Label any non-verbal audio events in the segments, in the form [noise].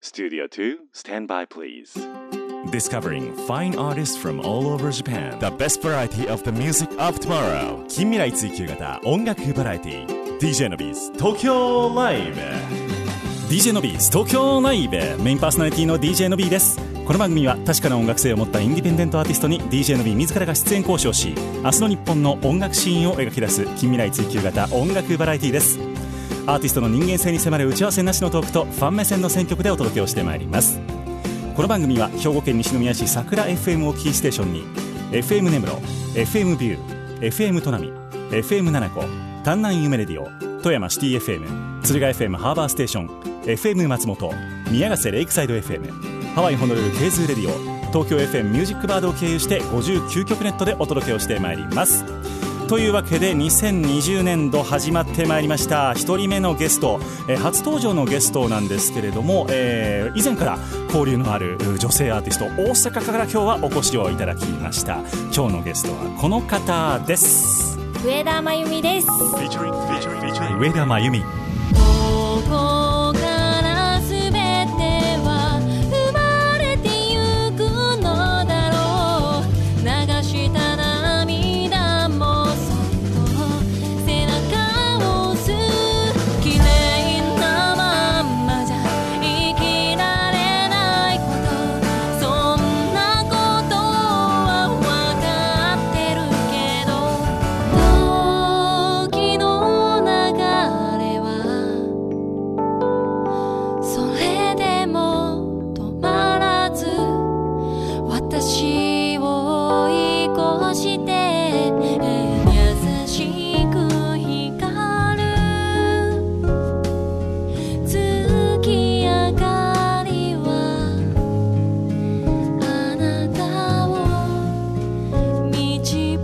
Studio 2, stand by please. Discovering fine artists from all over Japan. The best variety of the music of tomorrow. 近未来追求型音楽バラエティ DJ のビーズ東京ライブ DJ のビーズ東京ライブメインパーソナリティの DJ のビーです。この番組は確かな音楽性を持ったインディペンデントアーティストに DJ のビー自らが出演交渉し、明日の日本の音楽シーンを描き出す近未来追求型音楽バラエティです。アーティストの人間性に迫る打ち合わせなしのトークとファン目線の選曲でお届けをしてまいります。この番組は兵庫県西宮市桜 FM をキーステーションに FM 根室 FM ビュー FM トナミ FM 七子丹南夢レディオ富山シティ FM 鶴ヶ FM ハーバーステーション FM 松本宮ヶ瀬レイクサイド FM ハワイホノルルケーズーレディオ東京 FM ミュージックバードを経由して59曲ネットでお届けをしてまいりますというわけで2020年度始まってまいりました1人目のゲスト、えー初登場のゲストなんですけれども、えー以前から交流のあるう女性アーティスト大阪から今日はお越しをいただきました今日のゲストはこの方です上田真由美です Featuring, featuring, featuring. 上田真由美ここからすべては生まれてゆくのだろう流した涙もそっと背中を押す綺麗なまんまじゃ生きられないことそんなことはわかってるけど時の流れはそれでも止まらず私を追い越して優しく光る月明かりはあなたを導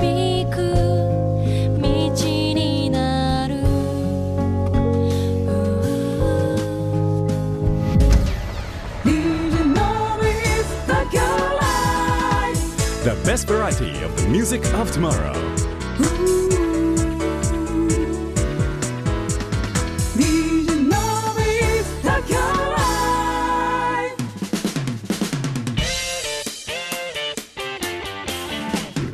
く道になる The best variety of the music of tomorrow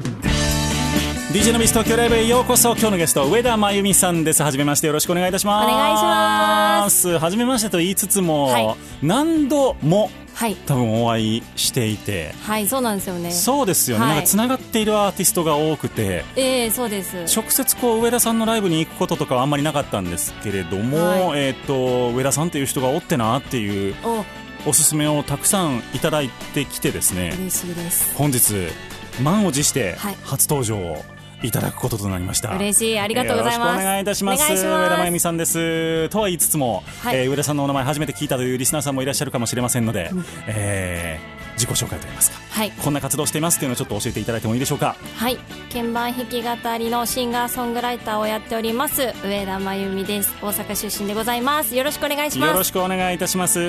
「DJ のビス東京ライブ」へようこそ今日のゲスト上田真由美さんですはじめましてよろしくお願いいたしますお願いしますはじめましてと言いつつも、はい何度もはい多分お会いしていてはいそうなんですよねそうですよね、はいなんかつながっているアーティストが多くてええそうです直接こう上田さんのライブに行くこととかはあんまりなかったんですけれども、はえー、と上田さんという人がおってなっていうおおすすめをたくさんいただいてきてですね嬉しいです本日満を持してはい初登場をいただくこととなりました、嬉しいありがとうございまよすろしくお願いいたしますお願いしま上す田真由美さんですとは言いつつも、はいえー上田さんのお名前初めて聞いたというリスナーさんもいらっしゃるかもしれませんので、えー自己紹介といいますかはいこんな活動していますっていうのをちょっと教えていただいてもいいでしょうかはい鍵盤弾き語りのシンガーソングライターをやっております上田真由美です大阪出身でございますよろしくお願いしますよろしくお願いいたします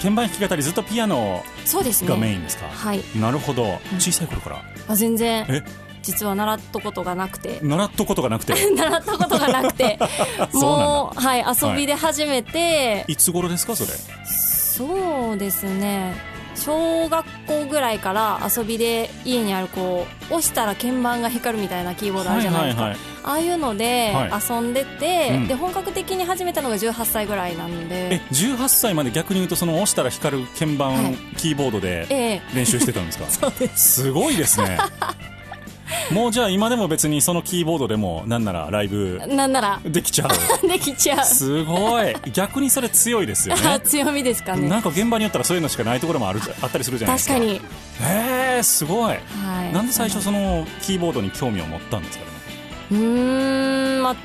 鍵盤弾き語りずっとピアノそうですねがメインですか、はいなるほど小さい頃からあ全然え実は習ったことがなくて習ったことがなく [laughs] て習ったことがなくて [laughs] そうもなうはい遊びで初めて、いつ頃ですかそれそうですね小学校ぐらいから遊びで家にあるこう押したら鍵盤が光るみたいなキーボードあるじゃないですか、はいはいはいああいうのでは遊んでて、うんで本格的に始めたのが18歳ぐらいなんえで18歳まで逆に言うとその押したら光る鍵盤、はいキーボードでええ練習してたんですか [laughs] そうですすごいです [laughs] ねもうじゃあ今でも別にそのキーボードでもなんならライブなんならでき [laughs] ちゃうできちゃうすごい逆にそれ強いです [laughs] よね強みですかねなんか現場によったらそういうのしかないところもあるあったりするじゃないで確すかかに、へえすごいはい、なんで最初そのキーボードに興味を持ったんですかねうーんまあ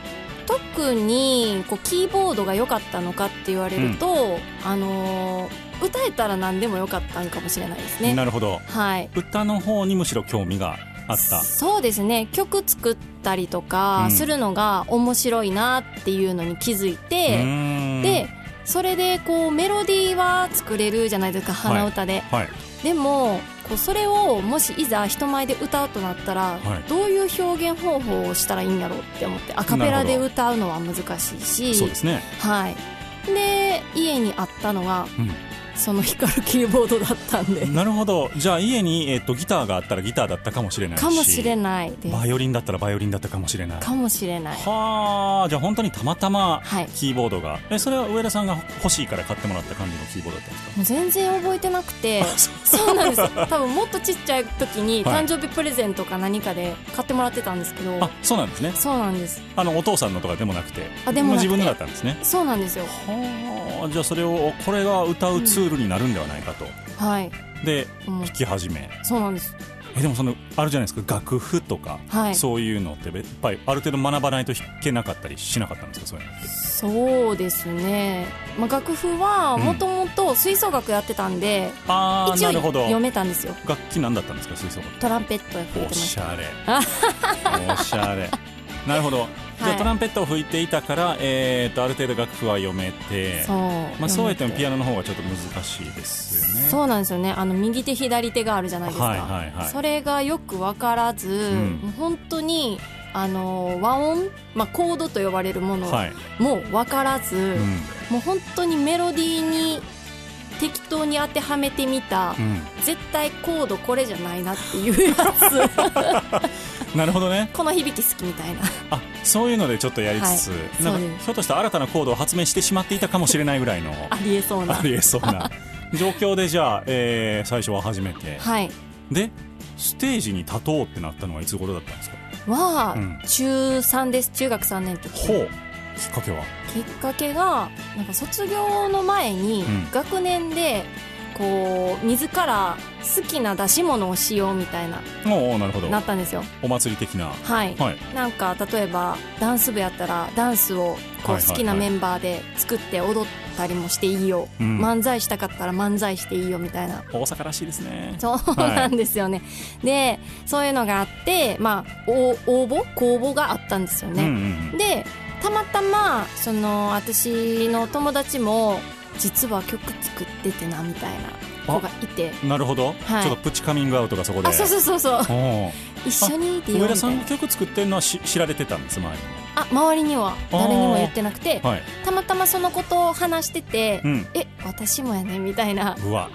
特にこうキーボードが良かったのかって言われると、あのー歌えたら何でも良かったんかもしれないですねなるほどはい歌の方にむしろ興味があったそうですね曲作ったりとかうんするのが面白いなっていうのに気づいうて、ーんでそれでこうメロディーは作れるじゃないですかい鼻歌で、はいでもこうそれをもしいざ人前で歌うとなったら、はいどういう表現方法をしたらいいんだろうって思ってアカペラで歌うのは難しいしそうですねはい、で家にあったのがうんその光るキーボードだったんでなるほどじゃあ家に、えっとギターがあったらギターだったかもしれないしかもしれいないですバイオリンだったらバイオリンだったかもしれないかもしれないはあじゃあ本当にたまたまはいキーボードが、えそれは上田さんが欲しいから買ってもらった感じのキーボードだったんですかもう全然覚えてなくてそうなんですよ多分もっとちっちゃい時にはい誕生日プレゼントか何かで買ってもらってたんですけど、あそうなんですねそうなんですあのお父さんのとかでもなくてあでもなくて自分のだったんですねそうなんですよはあじゃあそれをこれが歌うツールになるんではないかと、はいでうん弾き始めそうなんですえでもそのあるじゃないですか楽譜とか、はいそういうのってやっぱりある程度学ばないと弾けなかったりしなかったんですかそういうのってそうですね、まあ、楽譜はうんもともと吹奏楽やってたんで、ああ一応なるほど読めたんですよ楽器何だったんですか吹奏楽トランペット吹いてまおししたゃれおしゃれなるほどじゃあ、はいトランペットを吹いていたから、えー、とある程度楽譜は読めてそう、まあ、そうやってもピアアノの方がちょっと難しいですよねそうなんですよねあの右手左手があるじゃないですか、はいはいはいそれがよく分からず、んもう本当にあの和音、まあ、コードと呼ばれるものはい、も分からず、うんもう本当にメロディーに適当に当てはめてみた、うん、絶対コードこれじゃないなっていうやつなるほどねこの響き好きみたいな [laughs] あそういうのでちょっとやりつつ、はいなそうんでかすひょっとしたら新たなコードを発明してしまっていたかもしれないぐらいのありえそうなありえそう [laughs] な状況でじゃあ、えー最初は始めて、はいでステージに立とうってなったのはいつ頃だったんですかは、うん中3です中学3年の時ほうきっかけはきっかけがなんか卒業の前にうん学年でこう自ら好きな出し物をしようみたいなおうおうなるほどなったんですよお祭り的なははい、いなんか例えばダンス部やったらダンスをこはいはいはうい好きなメンバーで作って踊ったりもしていいよ、うん漫才したかったら漫才していいよみたいな大阪らしいですね [laughs] そうなんですよね、でそういうのがあってまあお応募公募があったんですよね、うんうんでたまたまその私の友達も実は曲作っててなみたいな子がいてうんなるほど、はいちょっとプチカミングアウトがそこであそうそうそうそうおう一緒にって言上う田みさたいんがな曲作ってるのはし知られてたんです前にあ周りには誰にも言ってなくてもはい、たまたまそのことを話しててうん、え私もやねみたいなうわ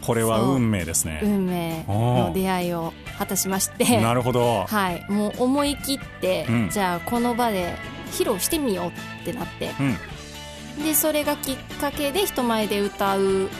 これはそう運命ですね運命の出会いを果たしましてなるほどはいもう思い切って、うんじゃあこの場で披露してみようってなってうん、でそれがきっかけで人前で歌う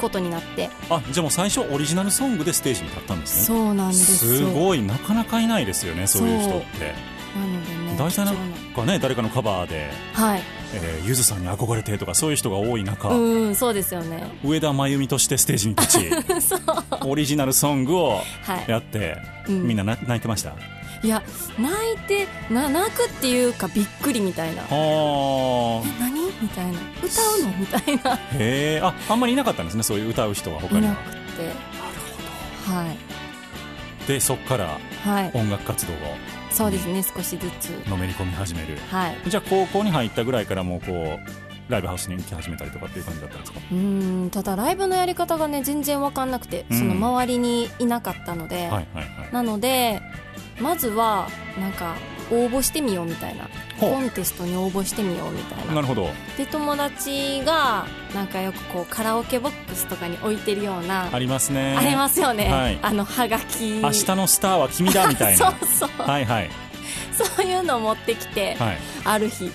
ことになってあじゃあもう最初オリジナルソングでステージに立ったんですねそうなんですよごいなかなかいないですよねそういう人ってなのでね大体な貴重んかね誰かのカバーで、はいえーゆずさんに憧れてとかそういう人が多い中、うんそうですよね上田真由美としてステージに立ち [laughs] そうオリジナルソングをはやってい、うみんなな泣いてました、いや泣いてな泣くっていうかびっくりみたいなあーえ何みたいな歌うのみたいなへえああんまりいなかったんですねそういう歌う人は他いにはなくてはいでそっからはい音楽活動をそうですね少しずつのめり込み始めるはいじゃあ高校に入ったぐらいからもうこうライブハウスに行き始めたりとかっていう感じだったんですかうんただライブのやり方がね全然分かんなくて、うんその周りにいなかったので、はいはいはいなのでまずはなんか応募してみようみたいなコほンテストに応募してみようみたいうななるほどで友達がなんかよくこうカラオケボックスとかに置いてるようなありますねありますよね、はいあのハガキ明日のスターは君だみたいな [laughs] そうそう、はいはいそういうのを持ってきて、はいある日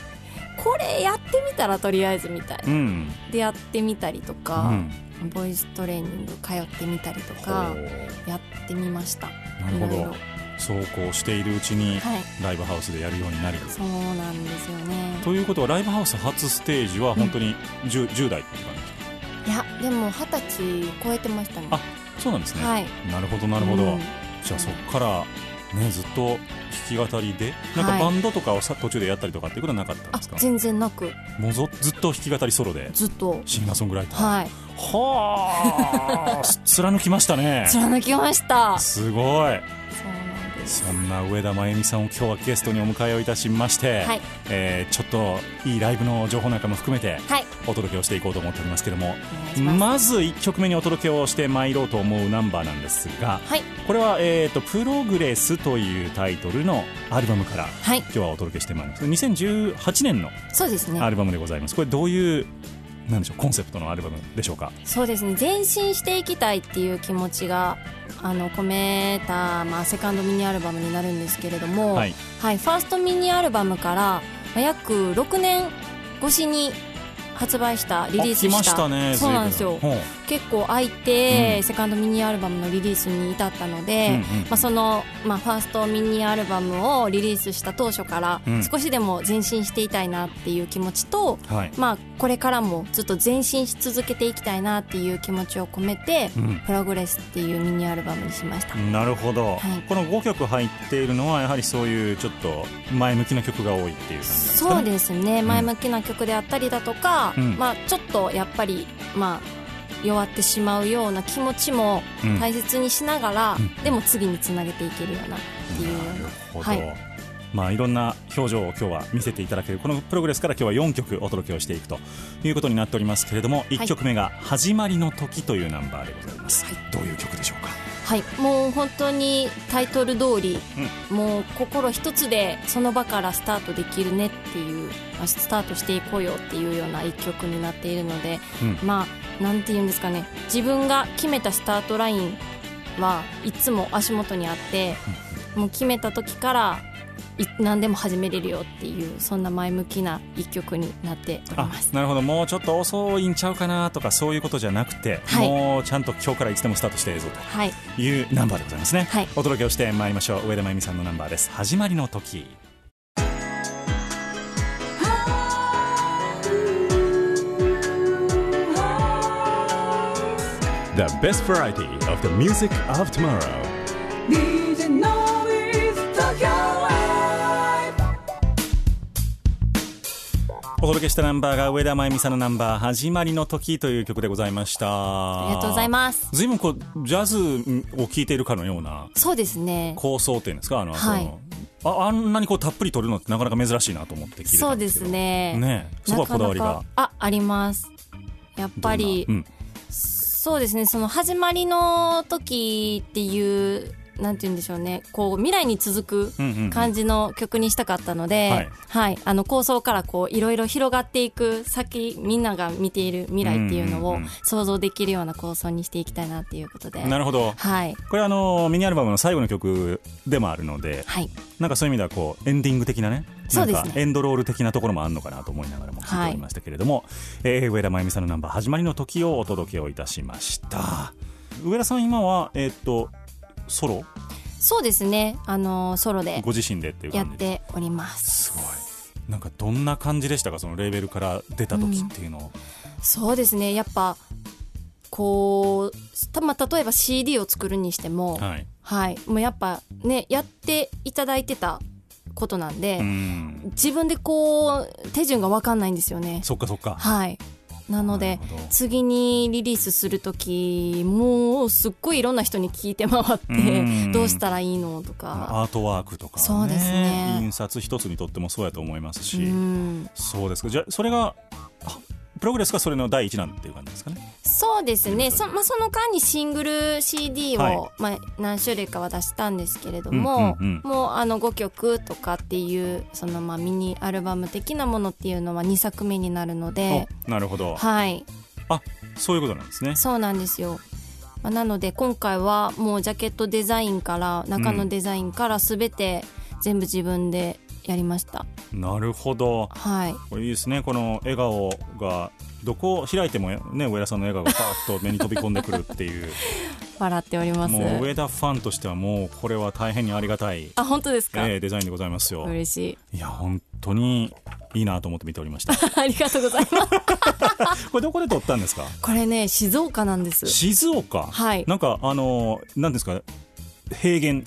これやってみたらとりあえずみたいうんうんでやってみたりとか、なボイストレーニング通ってみたりとかやってみましたるほいろいろどそうこうしているうちにはいライブハウスでやるようになりそうなんですよねということはライブハウス初ステージは本当に 10, 10代っていう感じいやでも二十歳超えてましたねあそうなんですね、はいなるほどなるほど、うんじゃあそっからねずっと弾き語りでなんかはいバンドとかをさ途中でやったりとかっていうことはなかったんあですか、全然なくもうぞずっと弾き語りソロでずっとシンガーソングライターははいあす [laughs] 貫きましたね貫きましたそすごいうなんですそんな上田真由美さんを今日はゲストにお迎えをいたしまして、はいえーちょっといいライブの情報なんかも含めてはいお届けをしていこうと思っておりますけどもお願いしますまず1曲目にお届けをしてまいろうと思うナンバーなんですがはいこれは、えーと「プログレス」というタイトルのアルバムからはい今日はお届けしてまいります2018年のそうですねアルバムでございますこれどういうなんでしょうコンセプトのアルバムでしょうかそうですね前進していきたいっていう気持ちがあの込めた、まあ、セカンドミニアルバムになるんですけれども、はいはい、ファーストミニアルバムから、まあ約6年越しに発売したリリースあ来したましたねそうなんですよ随分ほう結構空いて、うんセカンドミニアルバムのリリースに至ったので、うんうんまあ、その、まあ、ファーストミニアルバムをリリースした当初から、うん少しでも前進していたいなっていう気持ちと、はいまあ、これからもずっと前進し続けていきたいなっていう気持ちを込めて、うんプログレスっていうミニアルバムにしました、なるほど、はいこの5曲入っているのはやはりそういうちょっと前向きな曲が多いっていう感じなんですかねそうですね前向きな曲であったりだとか、うんまあ、ちょっとやっぱり、まあ、弱ってしまうような気持ちもうん大切にしながら、うんでも次につなげていけるようなっていうようなほど、はいまあ、いろんな表情を今日は見せていただけるこのプログレスから今日は4曲お届けをしていくということになっておりますけれども1曲目が「始まりの時」というナンバーでございます、どういう曲でしょうかはい、もう本当にタイトル通り、もう心一つでその場からスタートできるねっていう、まあスタートしていこうよっていうような一曲になっているので、うんまあなんて言うんですかね自分が決めたスタートラインはいつも足元にあって、もう決めた時からい何でも始めれるよっていうそんな前向きな一曲になっておりあます。なるほどもうちょっと遅いんちゃうかなとかそういうことじゃなくて、はいもうちゃんと今日からいつでもスタートしているぞとはい、いうナンバーでございますね、はいお届けをしてまいりましょう上田真由美さんのナンバーです「始まりの時」 The best variety of the music of tomorrow. DJ Nobis Tokyo Live お届けしたナンバーが上田真由美さんのナンバー「始まりの時」という曲でございましたありがとうございます。ずいぶんこうジャズを聴いているかのようなそうですね。構想っていうんですかあの、はいそのああんなにこうたっぷり取るのってなかなか珍しいなと思って聞いてたそうんででけすすどね。ねえそこはこだわりがなかなかあありますやっぱり、どんなそうですねその始まりの時っていうなんて言うんでしょうねこう未来に続くうんうんうん感じの曲にしたかったので、はいはいあの構想からこういろいろ広がっていく先みんなが見ている未来っていうのうんをうんうん想像できるような構想にしていきたいなっていうことで、うんなるほどはいこれはあのミニアルバムの最後の曲でもあるのではいなんかそういう意味ではこうエンディング的なねそうですねなんかエンドロール的なところもあるのかなと思いながらも聞いておりましたけれども、えー上田真由美さんのナンバー始まりの時をお届けをいたしました上田さん今はえーっとソロそうですねあのソロでご自身でっていうや感っじでておりますすごいなんかどんな感じでしたかそのレーベルから出た時っていうのを、そうですねやっぱこうた、まあ、例えば CD を作るにしても、はいはいもうやっぱねやっていただいてたことなんで、うん自分でこう手順が分かんないんですよね。そっかそっかはいなのでなるほど次にリリースする時もうすっごいいろんな人に聞いて回っうんてどうしたらいいのとか。アートワークとか、ね、そうですね印刷一つにとってもそうやと思いますうし、ん、そうですかじゃあそれがあプログレスがそれの第一弾っていう感じですかねそうですねそ,、まあ、その間にシングル CD を、はいまあ、何種類かは出したんですけれども、うんうんうもうあの5曲とかっていうそのまあミニアルバム的なものっていうのは2作目になるのでおなるほど、はいあそういうことなんですねそうなんですよ、まあ、なので今回はもうジャケットデザインから中のデザインから全て全部自分でやりました、なるほどはいこれいいですねこの笑顔がどこを開いてもね上田さんの笑顔がパーッと目に飛び込んでくるっていう笑っており [laughs] ますもう上田ファンとしてはもうこれは大変にありがたい、あ本当ですか、ええデザインでございますよ嬉しい [laughs] いや本当にいいなと思って見ておりましたありがとうございますこれどこで撮ったんですかこれね静岡なんです静岡はいなんかあのーなんですか平原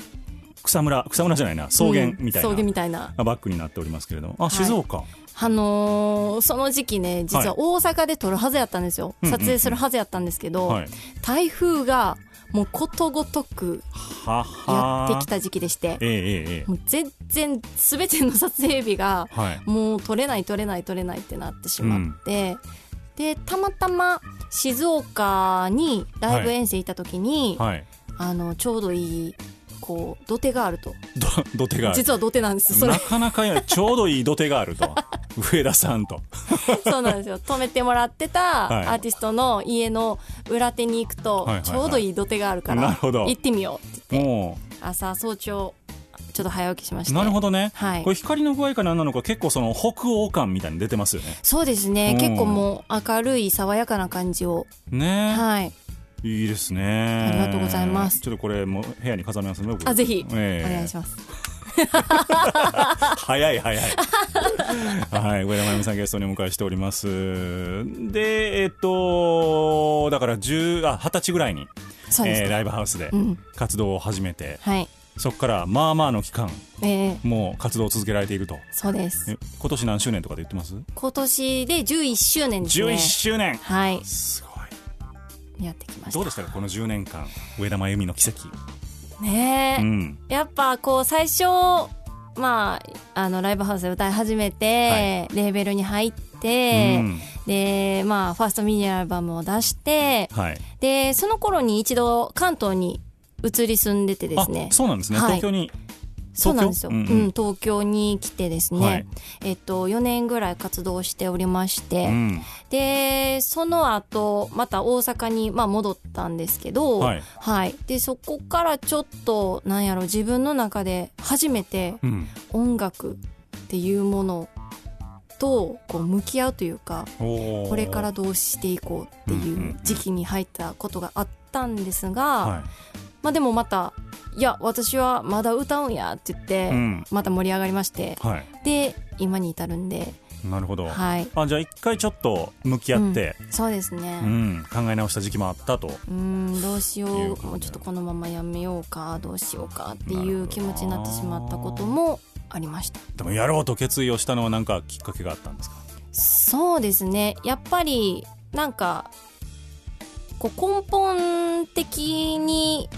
草むら草むらじゃないな草原みたいな、うん草原みたいなバックになっておりますけれどもあい静岡、あのーその時期ね実は大阪で撮るはずやったんですよ、うんうんうん撮影するはずやったんですけど、はい台風がもうことごとくははやってきた時期でしてえええええもう全然全ての撮影日がえはいもう撮れない撮れない撮れないってなってしまって、でたまたま静岡にライブ遠征行った時に、はいあのちょうどいいこう土手があると、ど土手がある実は土手なんですそれ [laughs] なかなかやちょうどいい土手があると上田さんとそうなんですよ泊めてもらってはいたアーティストの家の裏手に行くはといはいはいちょうどいい土手があるかなるらほど行ってみようって言っても朝早朝ちょっと早起きしましうたなるほどね、はいこれ光の具合か何なのか結構その北欧感みたいに出てますよねそうですうねん結構もう明るい爽やかな感じをねはいいいですねありがとうございますちょっとこれも部屋に飾りますね僕あぜひおええ願いします早い早い [laughs] はい上田真由美さんゲストにお迎えしておりますでえっとだから10あ二十歳ぐらいに、そうですえーねライブハウスでうん活動を始めて、はいそこからまあまあの期間えーもう活動を続けられているとそうですえ今年何周年とかで言ってます今年で11周年ですね ?11 周年はいすごいやってきまどうしでしたかこの10年間上田真由美の奇跡たねえうんやっぱこう最初まああのライブハウスで歌い始めて、レーベルに入って、うんでまあファーストミニアルバムを出してはいでその頃に一度関東に移り住んでてですねあそうなんですね、はい東京にそうなんですよ、ううんんうん東京に来てですね、はいえっと、4年ぐらい活動しておりまして、うんでその後また大阪に、まあ、戻ったんですけど、はいでそこからちょっとなんやろ自分の中で初めてうん音楽っていうものとこう向き合うというかおーこれからどうしていこううってんうんいううん時期に入ったことがあったんですが、はまあでもまた「いや私はまだ歌うんや」って言って、い、うんまた盛り上がりましてはいで今に至るんでなるほど、はいあじゃあ一回ちょっと向き合って、そうですうんね考え直した時期もあったとうんどうしよいうこうとねもうちょっとこのままやめようかどうしようかっなてるほいどなう気持ちになってしまったこともありましたでもやろうと決意をしたのは何かきっかけがあったんですかそうですねやっぱりなんかこう根本的に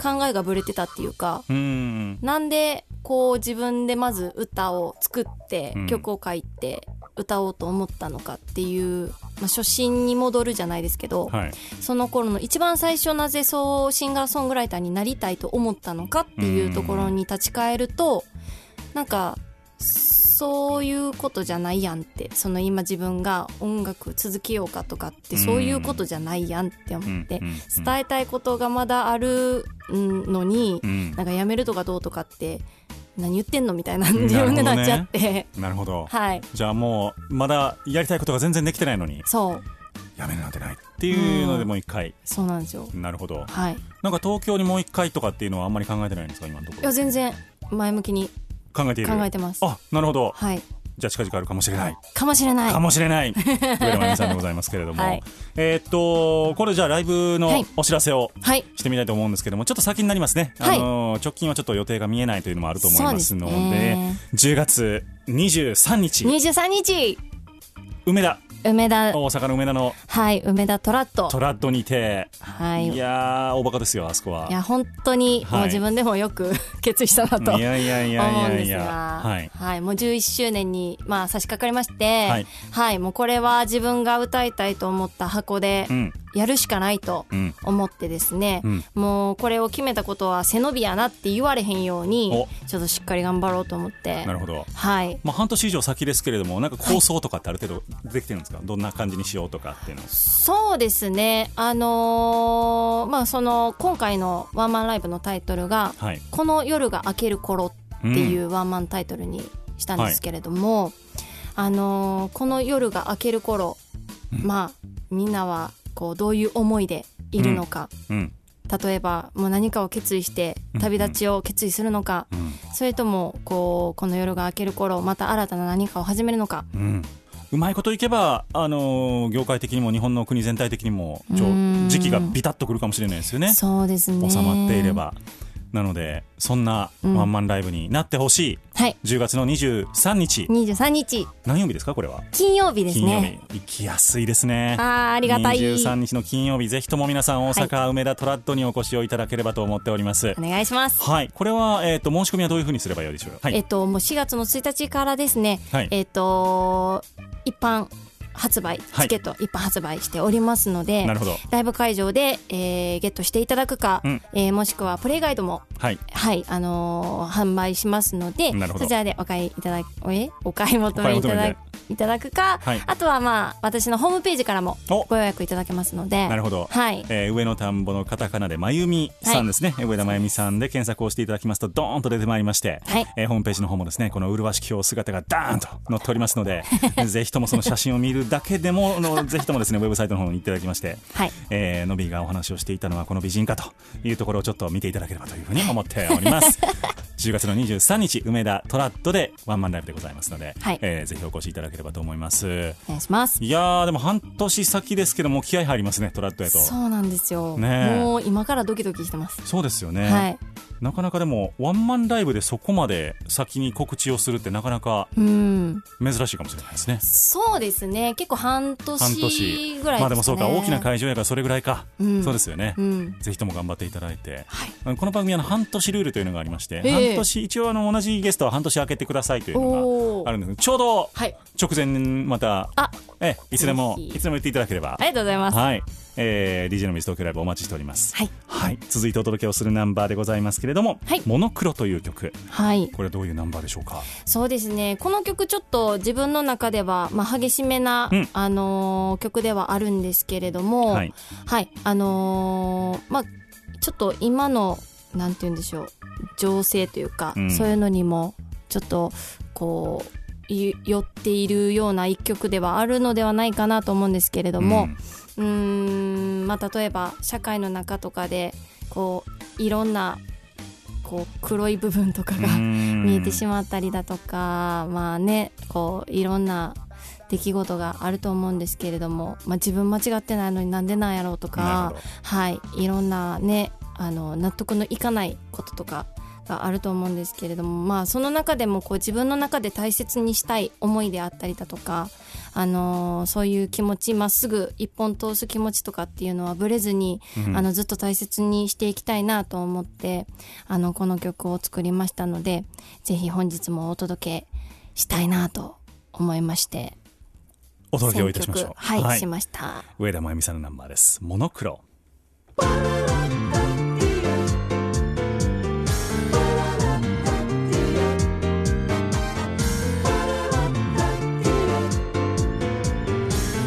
考えがぶれてたっていうかうんなんでこう自分でまず歌を作ってうん曲を書いて歌おうと思ったのかっていう、まあ、初心に戻るじゃないですけど、はいその頃の一番最初なぜそうシンガーソングライターになりたいと思ったのかっていうところに立ち返るとなんかそういうことじゃないやんってその今自分が音楽続けようかとかってそういうことじゃないやんって思ってうんうんうん伝えたいことがまだあるんのにうんなんかやめるとかどうとかって何言ってんのみたいな自なるほど分ねでなっちゃって、なるほど、はいじゃあもうまだやりたいことが全然できてないのにそうやめるなんてないっていうのでもう一回、そうなんですよなるほどはいなんか東京にもう一回とかっていうのはあんまり考えてないんですか今のとこいろや全然前向きに考えている考えてますあなるほどはいじゃあ近々あるかもしれないかもしれないかもしれ [laughs] ない上田真由美さんでございますけれども、はいえーっとこれじゃあライブはのいお知らせをはいしてみたいと思うんですけどもちょっと先になりますね、はいあのー直近はちょっと予定が見えないというのもあると思いますのでそうですね10月23日23日梅田梅田大阪の梅田のはい梅田トラットトラッドにて、はいい、いややー大バカですよあそこは。本当にはいもう自分でもよく [laughs] 決意したなといやいやいやい思うんやでいすやがはいもう11周年にまあ差し掛かりましてははいい、もうこれは自分が歌いたいと思った箱でうんやるしかないとうん思ってですね、うんもうこれを決めたことは背伸びやなって言われへんようにちょっとしっかり頑張ろうと思ってなるほど。はいまあ、半年以上先ですけれどもなんか構想とかってある程度できてるんですか、どんな感じにしようとかっていうのそうですねあのーまあその今回のワンマンライブのタイトルがはい「この夜が明ける頃」っていうワンマンタイトルにしたんですけれども、あのーこの夜が明ける頃、まあみんなはこうどういう思いでいるのか、うん例えばもう何かを決意して旅立ちを決意するのか、うんそれともこうこの夜が明ける頃また新たな何かを始めるのかうんうまいこといけば、あのー業界的にも日本の国全体的にもちょうーん時期がビタッとくるかもしれないですよねそうですね収まっていればなのでそんなうんワンマンライブになってほしい、はい10月の23日23日何曜日ですかこれは金曜日です金曜日ね行きやすいですねあーありがたい23日の金曜日ぜひとも皆さん大阪梅田トラッドにお越しをいただければと思っておりますはいお、願いします、これは、えー、と申し込みはどういうふうにすればよいでしょうかはい、えっともう4月の1日からですね、はいえっと一般発売はいチケット一般発売しておりますので、なるほどライブ会場で、えーゲットしていただくか、うんえーもしくはプレイガイドもはいはい、あのー販売しますのでなるほどそちらでお買いいただおえお買い求めお買いいただ求いただくか、はいあとはまあ私のホームページからもおご予約いただけますのでなるほど、はいえー上野田んぼのカタカナでまゆみさんですね、えー上田まゆみさんで検索をしていただきますとドーンと出てまいりまして、はいえーホームページの方もですねこの麗しきお姿がダーンと載っておりますの [laughs] でぜひともその写真を見るだけでもあのぜひともですねウェブサイトの方に行っていただきまして、はいえーのびがお話をしていたのはこの美人かというところをちょっと見ていただければというふうに思っております [laughs] 10月の23日梅田トラッドでワンマンライブでございますので、はいえーぜひお越しいただければと思いますお願いしますいやーでも半年先ですけども気合入りますねトラッドへとそうなんですよ、ねえもう今からドキドキしてます、そうですよね、はいなかなかでもワンマンライブでそこまで先に告知をするってなかなかうん珍しいかもしれないですねそうですね結構半半年年ぐらいですかねまあでもそうか大きな会場やからそれぐらいか、うんそうですよね、うんぜひとも頑張っていただいて、はいこの番組は半年ルールというのがありまして、ええ半年一応あの同じゲストは半年開けてくださいというのおがーあるんですちょうどはい直前にまた、あええいつでもぜいひつでも言っていただければありがとうございますはい、えー、DJ のミス東京ライブお待ちしておりますはい、はい、続いてお届けをするナンバーでございますけれども「はいモノクロ」という曲はい、これはどういうナンバーでしょうかそうですねこの曲ちょっと自分の中では、まあ、激しめな、うんあのー曲ではあるんですけれどもはい、はいあのーまあちょっと今のなんて言うんでしょう情勢というか、うんそういうのにもちょっとこうゆ寄っているような一曲ではあるのではないかなと思うんですけれども、うんうーんまあ例えば社会の中とかでこういろんなこう黒い部分とかが見えてしまったりだとかまあねこういろんな出来事があると思うんですけれども、まあ、自分間違ってないのになんでなんやろうとなかるほど、はい、いろんなねあの納得のいかないこととかがあると思うんですけれども、まあ、その中でもこう自分の中で大切にしたい思いであったりだとか、あのーそういう気持ちまっすぐ一本通す気持ちとかっていうのはぶれずに、うんあのずっと大切にしていきたいなと思ってあのこの曲を作りましたのでぜひ本日もお届けしたいなと思いましてお届けをいたしましょう選曲はい、しました。上田真由美さんのナンバーです「モノクロ」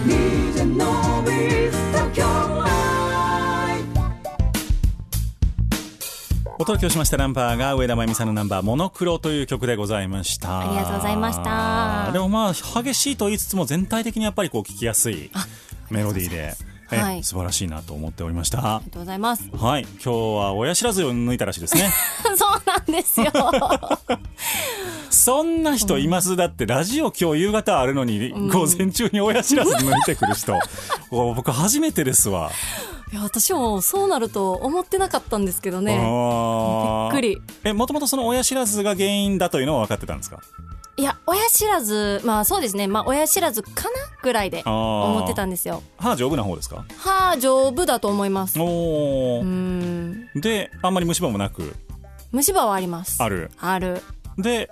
DJ Nobis Tokyo Live お届けをしましたナンバーが上田真由美さんのナンバー「モノクロ」という曲でございましたありがとうございましたでもまあ激しいと言いつつも全体的にやっぱりこう聞きやすいメロディーでありがとうございますえはい素晴らしいなと思っておりましたありがとうございます。 [laughs] はい今日は親知らずを抜いたらしいですねそうなんです [laughs] よ。そんな人いますだってラジオ今日夕方あるのに午前中に親知らず抜いてくる [laughs] 人お僕初めてですわいや私もそうなると思ってなかったんですけどね。あーびっくりえもともとその親知らずが原因だというのは分かってたんですかいや親知らずまあそうですねまあ親知らずかなぐらいであー思ってたんですよ。歯丈夫な方ですか歯丈夫だと思います。うおお、ーんであんまり虫歯もなく虫歯はあります。あるある。で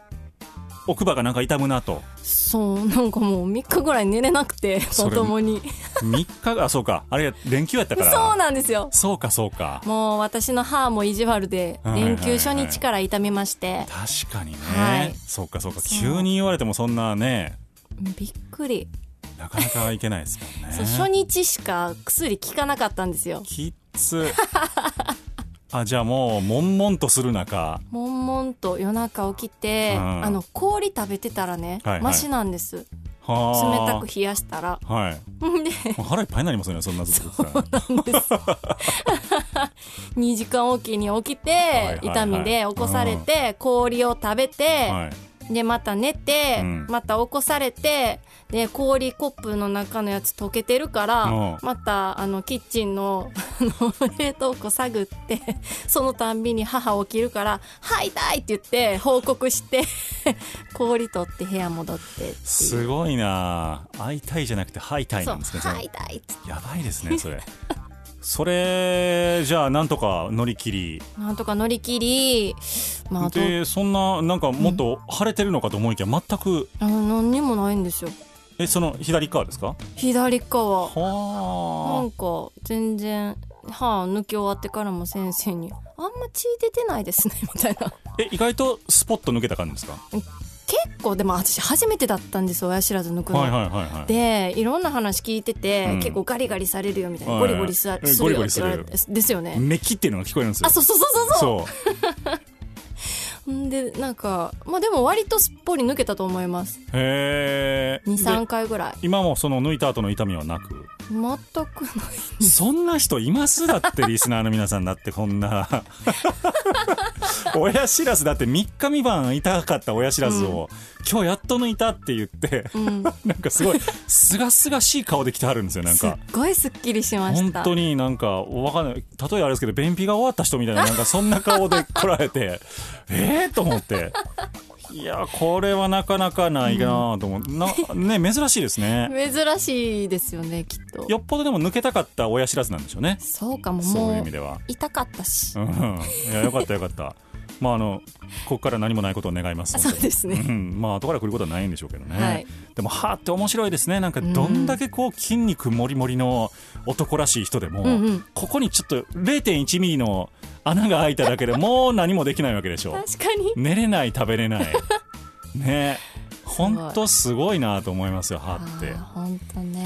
奥歯がなんか痛むな [laughs] とそうなんかもう3日ぐらい寝れなくて [laughs] そまれともに。 3日があそうかあれ連休やったからそうなんですよ。そうかそうかもう私の歯も意地悪ではいはいはい連休初日から痛みまして確かにね、はいそうかそうかそう急に言われてもそんなねびっくり。なかなかいけないですよそう初ね日しか薬効かなかったんですよ。きっつ [laughs] あじゃあもう悶々とする中悶々と夜中起きて、うんあの氷食べてたらね、はいはいマシなんです冷はたく冷やしたらくはいんで [laughs] もう腹いっぱいになりますよねそんなずっと食ってたら [laughs] 2時間おきに起きて、いはいはい痛みで起こされて、氷を食べて、はいでまた寝て、うんまた起こされてで氷コップの中のやつ溶けてるから、うんまたあのキッチンのあの冷凍庫探ってそのたんびに母起きるから「はい痛い!」って言って報告して氷取って部屋戻ってっていうすごいなあ会いたいじゃなくてはいたいそなうんですねはい痛いっつっそれやばいですねそれそれじゃあなんとか乗り切りてなんとか乗り切りまあどでそんななんかもっと晴れてるのかと思いきや全くあの何にもないんですよえその左側ですか左側はなんか全然歯抜き終わってからも先生にあんま血出てないですね [laughs] みたいなえ意外とスポット抜けた感じですか結構でも私初めてだったんです親知らず抜くの、はいはいはいはいでいろんな話聞いてて、うん結構ガリガリされるよみたいな、はいゴリゴリすわすゴるリよゴリってす言るわれてですよねメッキっていうのが聞こえるんですよあそうそうそうそうそうそんでなんかまあでも割とすっぽり抜けたと思いますうへえ23で回ぐらい今もその抜いた後の痛みはなく全くないそんな人いますだってリスナーの皆さんだってこんな [laughs] 親知らずだって3日三晩痛かった親知らずを、今日やっと抜いたって言って、んなんかすごいすがすがしい顔で来てはるんですよなんすっかごいすっきりしまし本た当になんかわかんない例えばあれですけど便秘が終わった人みたい [laughs] ななんかそんな顔で来られてえーと思っていやこれはなかなかないなと思って、なね珍しいですね珍しいですよねきっとよっぽどでも抜けたかった親知らずなんでしょうねそうかもそういうも意う味では痛かったし、うんいやよかったよかったまああのここから何もないことを願いますあそうですね、うん、まあ後から来ることはないんでしょうけどね、はいでも歯って面白いですねなんかどんだけこう筋肉もりもりの男らしい人でも、うんうんここにちょっと0.1ミリの穴が開いただけ [laughs] でもう何もできないわけでしょ確かに寝れない食べれない [laughs] ね本当すごいなと思いますよ歯って、あーほんとね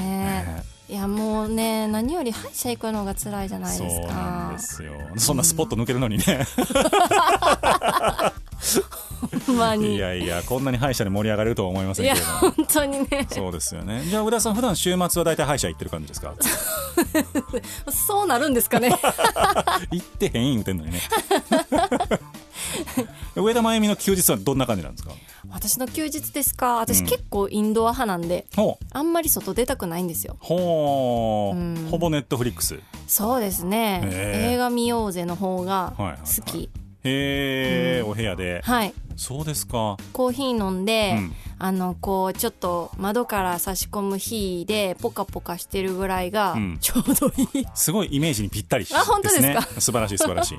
ねいやもうね何より歯医者行くのが辛いじゃないですそうなんかですよそんなスポット抜けるのにね、ほんまにいやいやこんなに歯医者で盛り上がれるとは思いませんいやけれども本当にねそうですよねじゃあ宇田さん普段週末は大体歯医者行ってる感じ [laughs] ですかそうなるんです [laughs] かね行ってへん言うてんのにね [laughs] 上田真由美の休日はどんな感じなんですか私の休日ですか私うん結構インドア派なんで、ほうあんまり外出たくないんですよほううんほぼネットフリックスへそうですねへー映画見ようぜの方がはいはいはい好きえ、お部屋ではいそうですかコーヒー飲んで、うんあのこうちょっと窓から差し込む日でポカポカしてるぐらいがうんちょうどいい、すごいイメージにぴったりですねあ本当ですか素晴らしい素晴らしい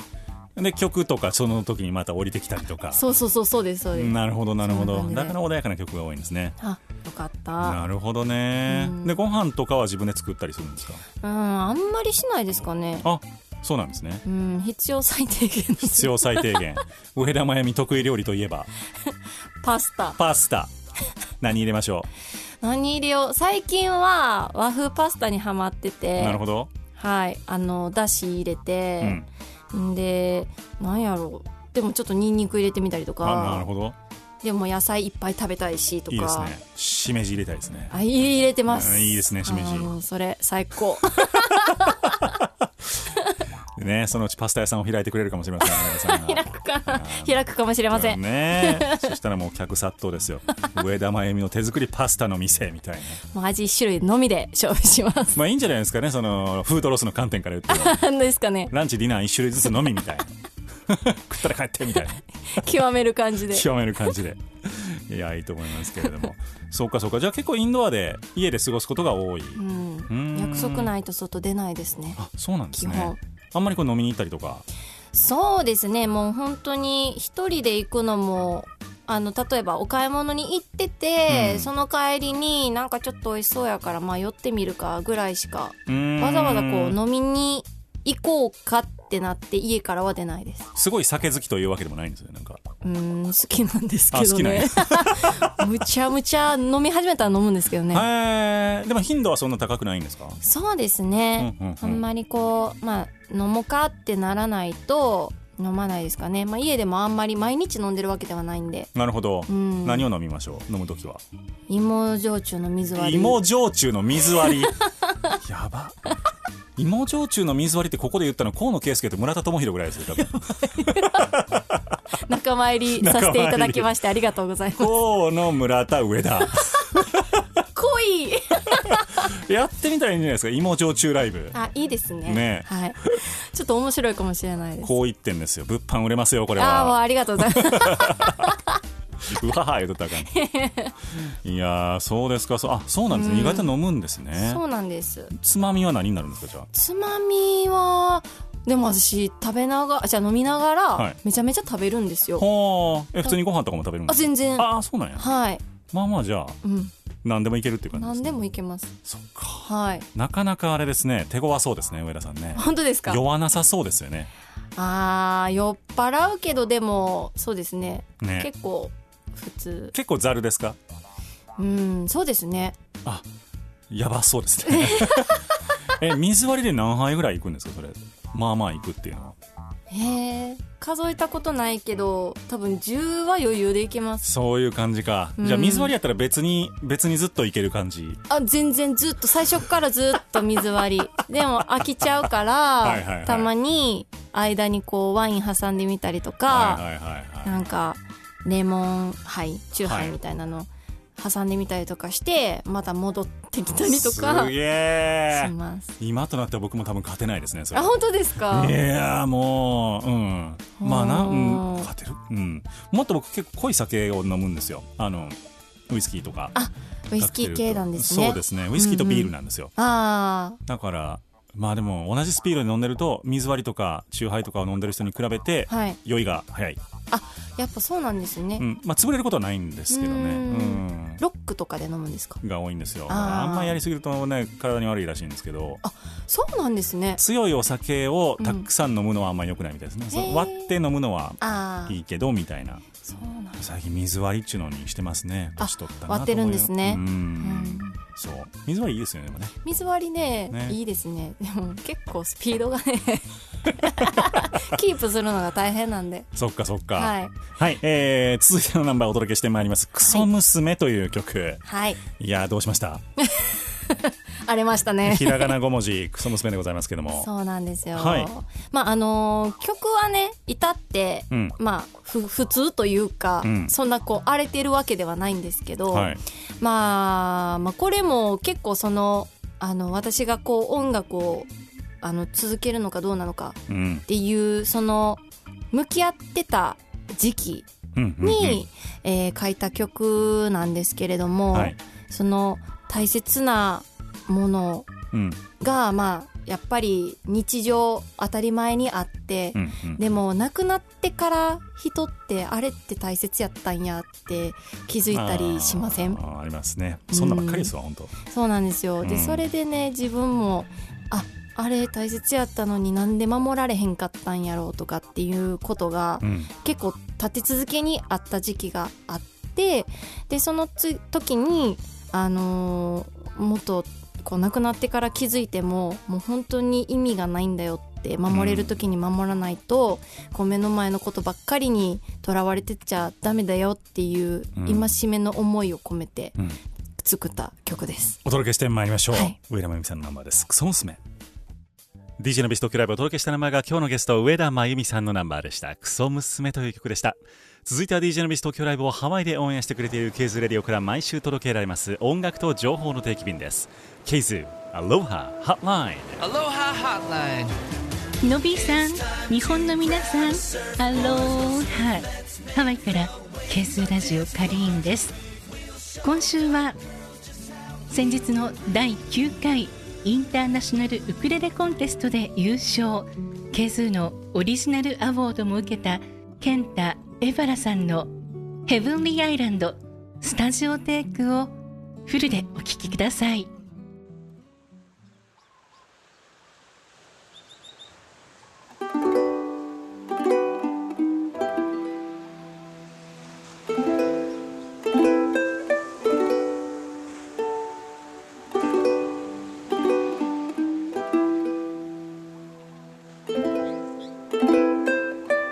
で曲とかその時にまた降りてきたりとかそうそうそうそうですそうです、なるほどなるほそどんな感じでだから穏やかな曲が多いんですねあよかったなるほどねうんでご飯とかは自分で作ったりするんですかうんあんまりしないですかねあそうなんですねうん必要最低限の必要最低 [laughs] 限上田真由美得意料理といえばパスタパスタ何入れましょ何入れよう最近は和風パスタにはまってうてなるほど、はいあのだし入れうてん、ん、でなんやろうでもちょっとニンニク入れてみたりとあなるかほどでも野菜いっぱい食べたいしとかいいですねしめじ入れたいですねあ入れてますうんいいですねしめじあもうそれ最 [laughs] 高でねそのうちパスタ屋さんを開いてくれるかもしれません皆さんが開くかな開くかもしれません、ねそしたらもう客殺到ですよ上田真由美の手作りパスタの店みたいなもう味一種類のみで勝負し [laughs] ますまあいいんじゃないですかねそのフードロスの観点から言ってもなんですかねランチディナー一種類ずつのみみたいな [laughs] 食ったら帰ってみたいな極める感じで極める感 [laughs] じでいやいいと思いますけれどもそうかそうかじゃあ結構インドアで家で過ごすことが多い、うんん約束ないと外出ないですねあそうなんです基ね本あんまりこう飲みに行ったりとかそうですねもう本当に一人で行くのもあの例えばお買い物に行ってて、うんその帰りになんかちょっと美味しそうやからまあ寄ってみるかぐらいしかわわざわざこう飲みに行こうかってなって家からは出ないですすごい酒好きというわけでもないんですよなんかうーん好きなんですけあ好どきなんやね [laughs] むちゃむちゃ飲み始めたら飲むんですけどね、へえでも頻度はそんな高くないんですかそうですね、うんうんうんあんまりこうまあ飲もうかってならないと飲まないですかね、まあ、家でもあんまり毎日飲んでるわけではないんでなるほどうん何を飲みましょう飲む時は芋焼酎の水割り芋焼酎の水 [laughs] 割りやば芋焼酎の水割りってここで言ったの河野圭介と村田智弘ぐらいですよ多分仲間入りさせていただきましてありがとうご [laughs] ざいま河野村田上田す濃いやってみたらいいんじゃないですか芋焼酎ライブあいいですねねえはい、ちょっと面白いかもしれないですこう一点ですよ物販売れますよこれああもうはありがとうございますうわは言うとったらあか [laughs] んいやーそうですかそうあそうなんですね意外と飲むんですねそうなんですつまみは何になるんですかじゃあつまみはでも私食べながらじゃあ飲みながはらいめちゃめちゃ食べるんですよ、はあえ普通にご飯とかも食べるんであすか全然ああそうなんやはいまあまあじゃあうん何でもいけるっていう感じです何ねでもいけますそっかはいなかなかあれですね手強そうですね上田さんね本当ですか弱なさそうですよねあー酔っ払うけどでもそうですねね結構普通結構ざるですかうんそうですねやばそうです [laughs] ねえ水割りで何杯ぐらいいくんですかそれまあまあいくっていうのはへえ数えたことないけど多分10は余裕でいけますそういう感じか、じゃあうん水割りやったら別に別にずっといける感じあ全然ずっと最初からずっと水 [laughs] 割りでも飽きちゃうからいはいはいたまに間にこうワイン挟んでみたりとか、はいはいはいなんかレモンハイチューハはイいみたいなの挟んでみたりとかしてまた戻ってきたはいりとかすしげえます今となっては僕も多分勝てないですねそれあ本当ですかいやーもううんまあな、うんおー勝てるうんもっと僕結構濃い酒を飲むんですよあのウイスキーとかウイスキー系なんですねそうですねウイスキーとビールなんですよ、あだからまあでも同じスピードで飲んでると水割りとかチューハイとかを飲んでる人に比べてあはい酔いが早い、やっぱそうなんですね、うんまあ、潰れることはないんですけどねうんうんロックとかで飲むんですかが多いんですよあーあんまやりすぎるとね体に悪いらしいんですけどそうなんですね強いお酒をたくさん飲むのはあんま良くないみたいですね、そうへー割って飲むのはああいいけどみたいなそうなんだ最近水割りっちゅうのにしてますねあ年取ったなと思うよ割ってるんですねうん、んそう水割りいいですよねでもね水割りねねいいですねでも結構スピードがね [laughs] キープするのが大変なんでそっかそっかははいい、えー続いてのナンバーをお届けしてまいります「クソ娘」という曲、い、はいやーどうしました荒れましたねひらがな5文字クソ娘でございますけどもそうなんですよ。はいまああのー曲はね至って、うんまあふ普通というか、うんそんなこう荒れてるわけではないんですけど、はいまあまあこれも結構そのあの私がこう音楽をあの続けるのかどうなのかうんっていうその向き合ってた時期うんうんに、えー書いた曲なんですけれども、はいその大切なものをうんうんがまあやっぱり日常当たり前にあって、うんうんでも亡くなってから人ってあれって大切やったんやって気づいたりしませんあーありますねそんなばっかりですわ本当そうなんですよ、うでんそれでね自分もああれ大切やったのになんで守られへんかったんやろうとかっていうことがうん結構立て続けにあった時期があってでそのつ時に、あのーもっとこう亡くなってから気づいてももう本当に意味がないんだよって守れる時に守らないと、こう目の前のことばっかりにとらわれてちゃダメだよっていううん戒めの思いを込めてうん作った曲です。お届けしてまいりましょう、はい上田真由美さんのナンバーですクソ娘 DJ のビストクライブをお届けしたナンバーが今日のゲスト上田真由美さんのナンバーでしたクソ娘という曲でした続いては DJ のビス東京ライブをハワイで応援してくれているケイズレディオから毎週届けられます音楽と情報の定期便ですケイズアロハハッライン Aloha Hotline. のびさん日本の皆さんアローハハワイからケースラジオカリーンです今週は先日の第9回インターナショナルウクレレコンテストで優勝ケースのオリジナルアワードも受けたケンタ・エバラさんの「ヘブンリー・アイランド」スタジオテイクをフルでお聴きください。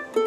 「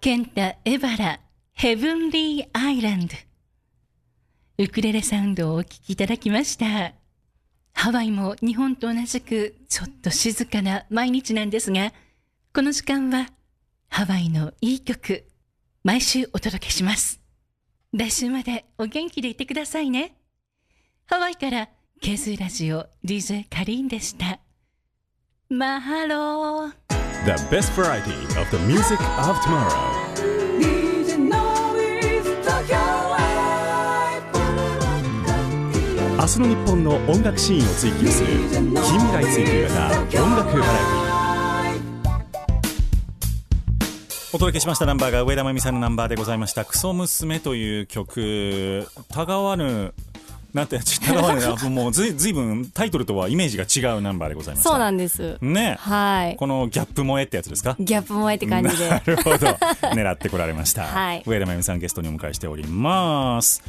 ケンタ・エバラ、ヘブンリー・アイランド。ウクレレサウンドをお聴きいただきました。ハワイも日本と同じくちょっと静かな毎日なんですが、この時間はハワイのいい曲、毎週お届けします。来週までお元気でいてくださいね。ハワイからケーズラジオ DJ カリーンでした。マハロー。 The best variety of the music of tomorrow. DJ Norris Tokyo Live 明日の日本の音楽シーンを追求する近未来追求型音楽バラエティお届けしましたナンバーが上田真由美さんのナンバーでございました「クソ娘」という曲たがわぬなんてちたがわぬあもうずいずいぶんタイトルとはイメージが違うナンバーでございましたそうなんです。ねはい。このギャップ萌えってやつですかギャップ萌えって感じで。なるほど狙ってこられました、はい上田真由美さんゲストにお迎えしております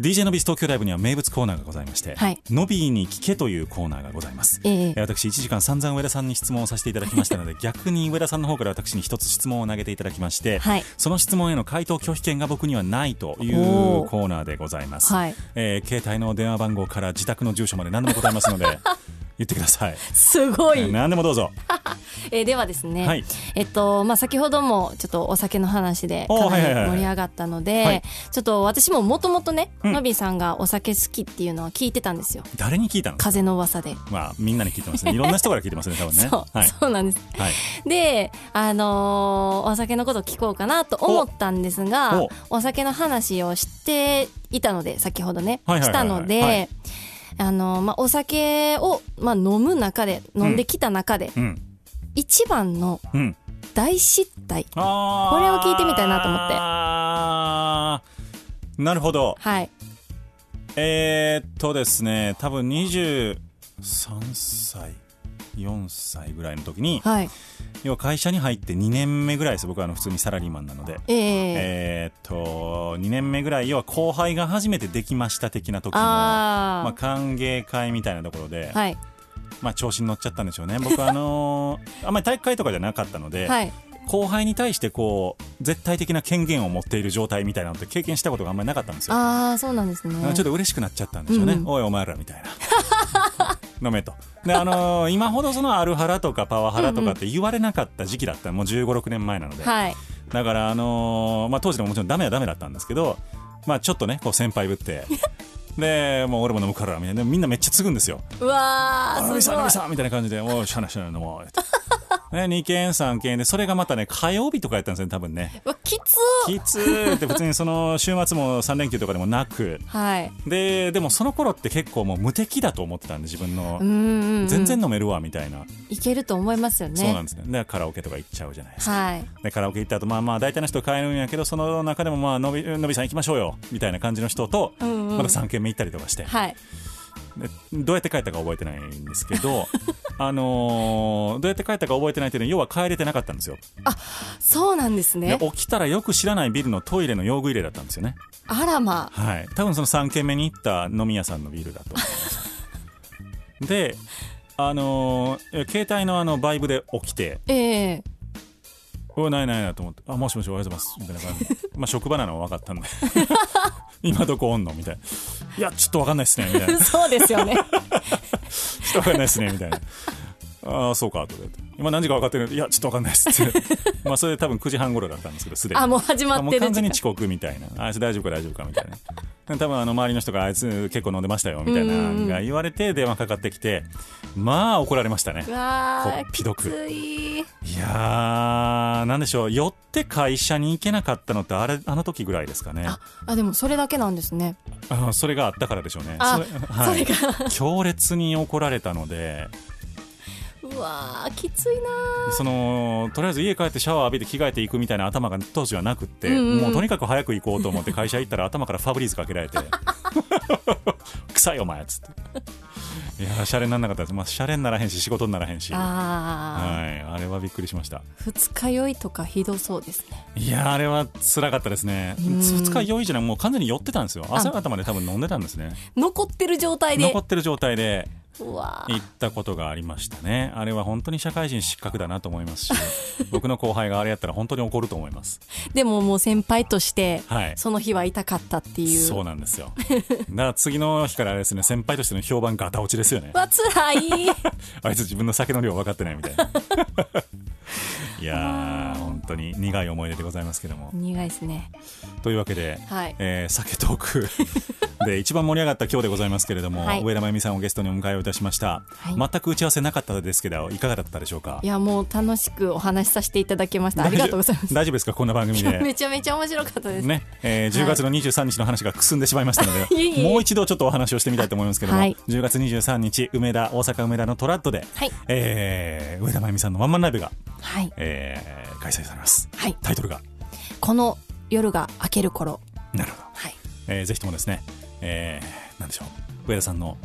DJ のビス東京ライブには名物コーナーがございまして、はいノビーに聞けというコーナーがございます、えええー私1時間散々上田さんに質問をさせていただきましたの [laughs] で逆に上田さんの方から私に一つ質問を投げていただきまして、はいその質問への回答拒否権が僕にはないというおーコーナーでございます、はいえー携帯の電話番号から自宅の住所まで何でも答え [laughs] ますので言ってください、すごえー [laughs] い。何でもどうぞえーではですね、はいえっとまあ、先ほどもちょっとお酒の話でおーかなりはいはいはい盛り上がったので、はいちょっと私ももともとね、うんのびさんがお酒好きっていうのは聞いてたんですよ誰に聞いたの風の噂で。まあ、みんなに聞いてますね。いろんな人から聞いてますね、多分ね。 [laughs] そう、はい。そうなんです。はい。で、あのーお酒のこと聞こうかなと思ったんですがお、お酒の話をしていたので、先ほどね、はいはいしはいはたいのはでい、あのーまあ、お酒を、まあ、飲む中で、飲んできた中で、うん。一番のうん。大失態。あーこれを聞いてみたいなと思ってあーなるほど。はい。えー、っとですね、多分23歳、4歳ぐらいの時に、はい。要は会社に入って2年目ぐらいです。僕はあの普通にサラリーマンなので。えええー、っと、2年目ぐらい、要は後輩が初めてできました的な時の、あーまあ歓迎会みたいなところで、はい。まあ調子に乗っちゃったんでしょうね。 [laughs] 僕あのーあんまり体育会とかじゃなかったので、はい。後輩に対してこう絶対的な権限を持っている状態みたいなのって経験したことがあんまりなかったんですよああ、そうなんですね。ちょっと嬉しくなっちゃったんでしょうね、うんうんおいお前らみたいな [laughs] 飲めとであの [laughs] ー今ほどそのアルハラとかパワハラとかって言われなかった時期だったもう1 5 6年前なので、はい。だからあのーまあ当時でももちろんダメはダメだったんですけどまあちょっとねこう先輩ぶって [laughs] でもう俺も飲むからみたいなでみんなめっちゃつぐんですようわあのー、びすさん、ごのいび。さんみたいな感じで、おい、しゃなしゃなのもう。ね、2件、3件で、それがまたね、火曜日とかやったんですよね、多分ね。うわきつーきつーって、別にその週末も3連休とかでもなく、はい。で、でもその頃って結構もう無敵だと思ってたんで、自分のう。んうんうん。全然飲めるわ、みたいな。いけると思いますよね。そうなんですね。で、カラオケとか行っちゃうじゃないですか。はい。で、カラオケ行った後、まあまあ、大体の人帰るんやけど、その中でも、まあ、のび、のびさん行きましょうよ、みたいな感じの人と、んうんまた3軒目行ったりとかして。はい。でどうやって帰ったか覚えてないんですけど、あのーどうやって帰ったか覚えてないっていうのは要は帰れてなかったんですよそうなんですでね。起きたらよく知らないビルのトイレの用具入れだったんですよねあらま。はい多分その3軒目に行った飲み屋さんのビルだと思いますであのー携帯のあのバイブで起きてええ「おいないないない」と思って「あもしもしおはようございます」みたいな感じでまあ職場なのは分かったんで [laughs] 今どこおんのみたいな「いやちょっと分かんないっすね」みたいなそうで [laughs] すよちね。ょっとわかんないですね、みたいな。ああ、そうか、とか言って。今何時か分かってるいや、ちょっとわかんないです [laughs] って。まあ、それで多分9時半頃だったんですけど、すでに。あ、もう始まあもっうてる完全に遅刻みたいな。あいつ大丈夫か大丈夫かみたいな。で多分あの周りの人があいつ結構飲んでましたよみたいなのが言われて電話かかってきてまあ怒られましたねうわこー、うひどくきつい。いやーなんでしょう寄って会社に行けなかったのってあれあの時ぐらいですかねあ、あでもそれだけなんですね。あそれがあったからでしょうねあそれはそれい、が。 [laughs] 強烈に怒られたのでうわー、きついなそのとりあえず家帰ってシャワー浴びて着替えていくみたいな頭が当時はなくって、うんうんもうとにかく早く行こうと思って会社行ったら頭からファブリーズかけられて [laughs] 「臭いお前」っつっていやーシャレにならなかったです、まあ、シャレにならへんし仕事にならへんしー。はい、ああれはびっくりしましたー、二日酔いとかひどそうですね。いやーあれは辛かったですね2日酔いじゃないもう完全に酔ってたんですよ朝方まで多分飲んでたんですね残ってる状態で残。ってる状態でうわ行ったことがありましたねあれは本当に社会人失格だなと思いますし僕の後輩があれやったら本当に怒ると思いますでももう先輩として、はいその日は痛かったっていうそうなんですよだから次の日からあれですね先輩としての評判ガタ落ちですよねうわ辛いあいつ自分の酒の量分かってないみたい [laughs] ないやー本当に苦い思い出でございますけども苦いですねというわけで、はいえー酒トー [laughs] クで一番盛り上がった今日でございますけれども、はい上田真由美さんをゲストにお迎えをいたしました、はい全く打ち合わせなかったですけどいかがだったでしょうかいやもう楽しくお話しさせていただきましたありがとうございま [laughs] す大丈夫ですかこんな番組でめちゃめちゃ面白かったです、ねえー10月の23日の話がくすんでしまいましたので、 [laughs] いえいえもう一度ちょっとお話をしてみたいと思いますけども、はい10月23日梅田大阪梅田のトラッドで、はいえー上田真由美さんのワンマンライブが、はい、えー開催されます、はいタイトルがこの夜が明ける頃なるほど、はいえーぜひともですね、えーなんでしょう上田さんの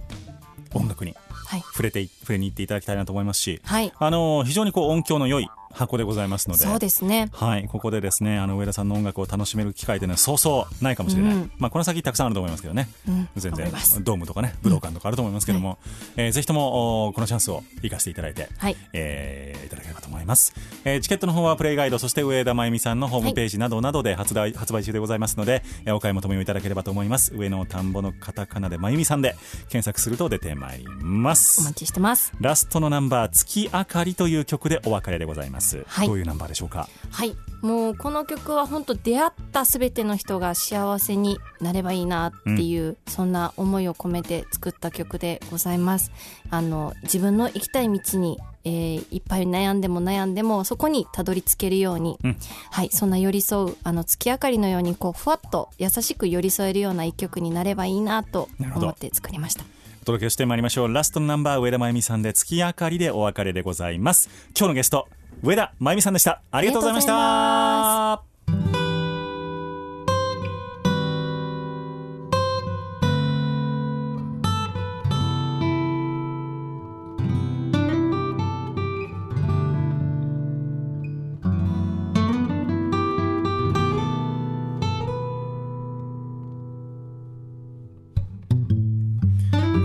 音楽にはい触れて触れに行っていただきたいなと思いますし、はいあの非常にこう音響の良い箱でございますのそうですねはい、ここでですね、あの上田さんの音楽を楽しめる機会というのはそうそうないかもしれない。うんまあこの先たくさんあると思いますけどね。うん全思然いますドームとかね、武道館とかあると思いますけども、えーぜひともおこのチャンスを生かしていただいて、はいえーいただければと思います、えーチケットの方はプレイガイドそして上田真由美さんのホームページなどなどで発売,、発売中でございますので、えーお買い求めをいただければと思います上の田んぼのカタカナで真由美さんで検索すると出てまいりまおす待ちしてますラストのナンバー「月明かり」という曲でお別れでございます、はいどういうナンバーでしょうかはいもうこの曲は本当出会ったすべての人が幸せになればいいなっていう、そんな思いを込めて作った曲でございますあの自分の行きたい道に、えーいっぱい悩んでも悩んでもそこにたどり着けるように、うんはいそんな寄り添うあの月明かりのようにこうふわっと優しく寄り添えるような一曲になればいいなとなるほど思って作りましたお届けしてまいりましょうラストのナンバー上田真由美さんで月明かりでお別れでございます今日のゲスト上田真由美さんでしたありがとうございましありがとうた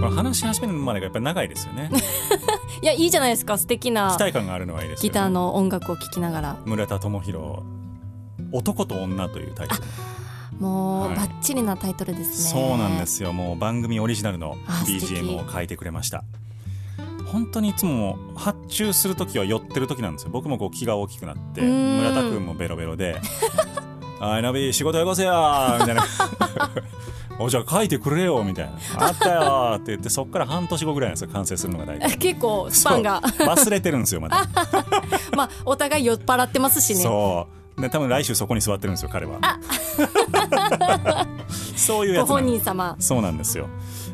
これ話し始めるまでがやっぱり長いですよねいやいいじゃないですか素敵な期待感があるのはいいですギよねターの音楽を聴きながら村田智弘男と女というタイトル、もう、はいバッチリなタイトルですねそうなんですよもう番組オリジナルのあ素敵 BGM を書いてくれました本当にいつも発注する時は寄ってる時なんですよ僕もこう気が大きくなってうん村田君もベロベロで [laughs] 「あいナビ仕事よこせよ」みたいな [laughs] 「おじゃあ書いてくれよ」みたいな「あったよ」って言ってそっから半年後ぐらいなんですよ完成するのが大体 [laughs] 結構スパンがそう忘れてるんですよまたまあお互い酔っ払ってますしねそう。で多分来週そこに座ってるんですよ彼は。 [laughs] そういうやごつな本ん人様そうなんですよ。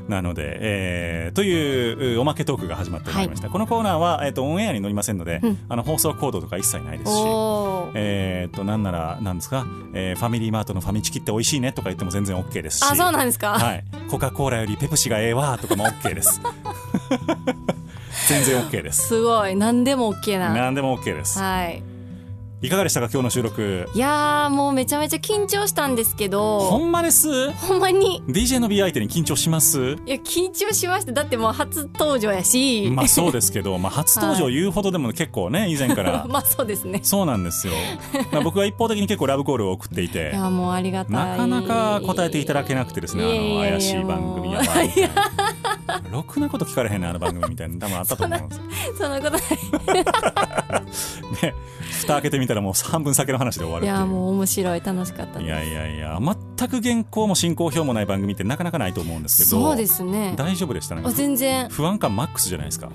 なので、えーといううおまけトークが始まってまいりました。このコーナーは、えー、とオンエアに乗りませんので、あの放送コードとか一切ないですし。おーえー、となんならなんですか、えーファミリーマートのファミチキって美味しいねとか言っても全然 OK ですしあそうなんですか、はい、コカ・コーラよりペプシがええわとかも OK です [laughs] 全然 OK ですすごい何でも OK な何でも OK です、はいい、かがでしたか今日の収録いやーもうめちゃめちゃ緊張したんですけほどんまですほんまに DJ の B 相手に緊張しますいや緊張しましただってもう初登場やしまあそうですけど、まあ、初登場言うほどでも結構ね以前から [laughs] まあそうですねそうなん [laughs] ですよまあ僕は一方的に結構ラブコールを送っていいてやもうありがたないかなか答えていただけなくてですねあいのやいや怪いしやい番組やもう [laughs] ばいみたいなろくなこと聞かれへんねあの番組みたいな多分あったと思 [laughs] うんですそんなことないで蓋開けてみたらもう半分酒の話で終わるいっていうやもう面白い楽しかったいやいやいや全く原稿も進行表もない番組ってなかなかないと思うんですけどそうですね大丈夫でしたねあ全然不安感マックスじゃないですか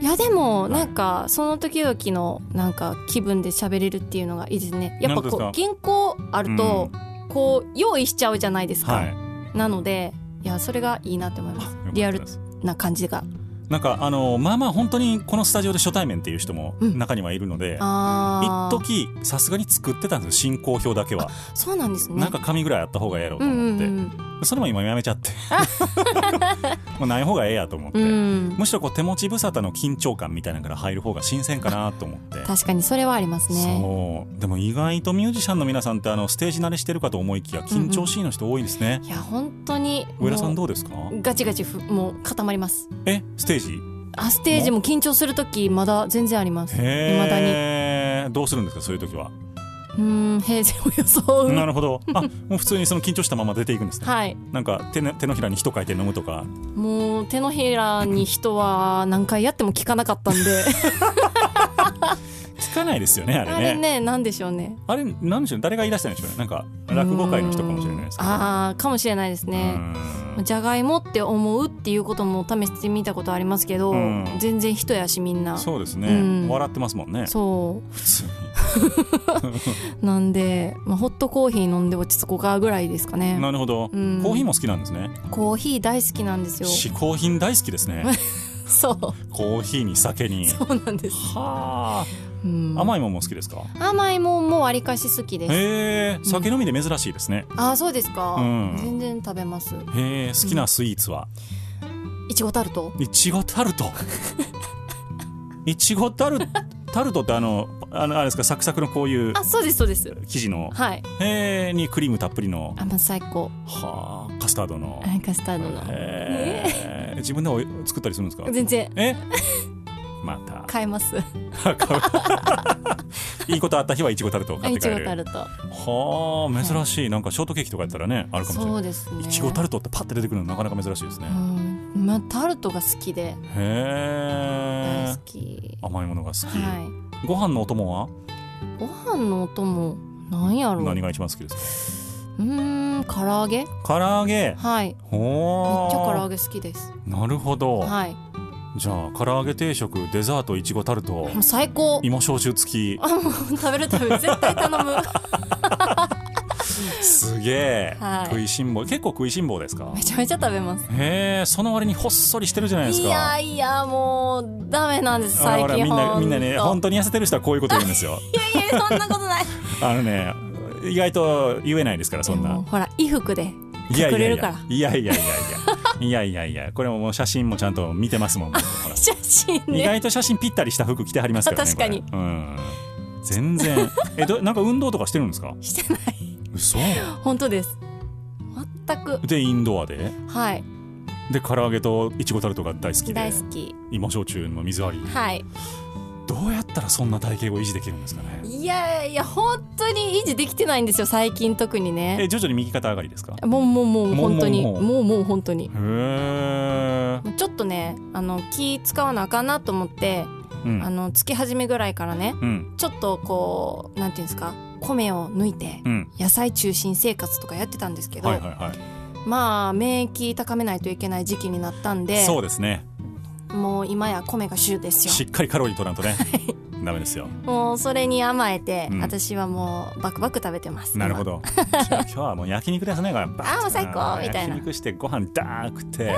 いやでもなんかその時々のなんか気分で喋れるっていうのがいいですねやっぱこうなんです原稿あるとこう用意しちゃうじゃないですか、はいなのでいやそれがいいなって思いますリアルな感じがなんかあのまあまあ本当にこのスタジオで初対面っていう人もうん中にはいるので、あ一あ時さすがに作ってたんですよ進行表だけは、そうなんですねなんか紙ぐらいあった方がええやろうとうんう思っんて、うんそれも今やめちゃって [laughs] もうない方がええやと思って、うんむしろこう手持ち無沙汰の緊張感みたいなのから入る方が新鮮かなと思って確かにそれはありますねそうでも意外とミュージシャンの皆さんってあのステージ慣れしてるかと思いきや緊張しいの人多いですね、いや本当にもう上田さんどうですかガチガチふもう固まりますえステージあステージも緊張する時まだ全然ありますいまだにへえどうするんですかそういう時は、うん平然を装なうるほどあもう普通にその緊張したまま出ていくんですねはいなんか手の手のひらに人書いて飲むとかもう手のひらに人は何回やっても効かなかったんで聞かないですよねあれねあれね何でしょうねあれなんでしょう誰が言い出したんでしょうねなんか落語界の人かもしれないですけどああかもしれないですうねんじゃがいもって思うっていうことも試してみたことありますけどうん全然人やしみんなそうですね、うん笑ってますもんねそ普通にうなんで、まあ、ホットコーヒー飲んで落ち着こうかぐらいですかねなるほど、うんコーヒーも好きなんですねコーヒー大好きなんですよ嗜好品大好きです [laughs] ねそコーヒーに酒にうそうなんです、はあうん、甘いもんも好きですか甘いもんもわりかし好きですへえ酒飲みで珍しいですね、ああそうですか、うん全然食べますへえ好きなスイーツはいちごタルトいちごタル [laughs] トいちごタルタルトってあのあのあれですかサクサクのこういうあそうですそうです生地のはいへえにクリームたっぷりのあまあ最高はあカスタードのあカスタードのへえ自分でお作ったりするんですか全然えまた買えます [laughs] いいことあった日はいちごタルトをあ買っいてち帰ごるタルトはあ珍しいなんかショートケーキとかやったらねあるかもしれそなういですねいちごタルトってパッて出てくるのなかなか珍しいですねうんまあタルトが好きでへ大え好き甘いものが好きはご飯のお供はいご飯のお供なんやろう何が一番好きですうーん唐揚げか唐揚げはいめっほちゃ唐揚ーげ好きですなるほどはいじゃあ唐揚げ定食デザートいちごタルトもう最高芋焼酎付きあもう食べる食べる絶対頼 [laughs] むすげえ、はい食いしん坊結構食いしん坊ですかめちゃめちゃ食べますへえその割にほっそりしてるじゃないですいかやいやもうダメなんです最あらあら近みんなほみんなねと本当に痩せてる人はこういうこと言うんですよいやいやそんなことないあのね意外と言えないですからそんもうなほら衣服でいやい隠やれいるからやいやいやいやいやいやいやいやこれももう写真もちゃんと見てますも [laughs] んほら写真意ね外と写真ぴったりした服着てはりますからね確かにこれうん全然 [laughs] えどなんか運動とかしてるんですかしてない嘘本当です全くでインドアではいで唐揚げといちごタルトが大好きで大好き芋焼酎の水割りはいどうやったらそんな体型を維持できるんですかねいやいや本当に維持できてないんですよ最近特にえね徐々に右肩上がりですかへもうもうもうもう本当にももううもう本当にえ、ちょっとねあの気使わなあかんなと思ってうん、あの月始めぐらいからねうんちょっとこうなんていうんですか米を抜いてうん野菜中心生活とかやってたんですけど、はいはいはいまあ免疫高めないといけない時期になったんでそうですねもう今や米が主ですしよっかりカロリー取らんとねダメですよもうそれに甘えて、うん私はもうバクバク食べてますなるほどじゃあ今 [laughs] 日はもう焼肉ですねああーもう最高みたい焼な肉してご飯ダー食って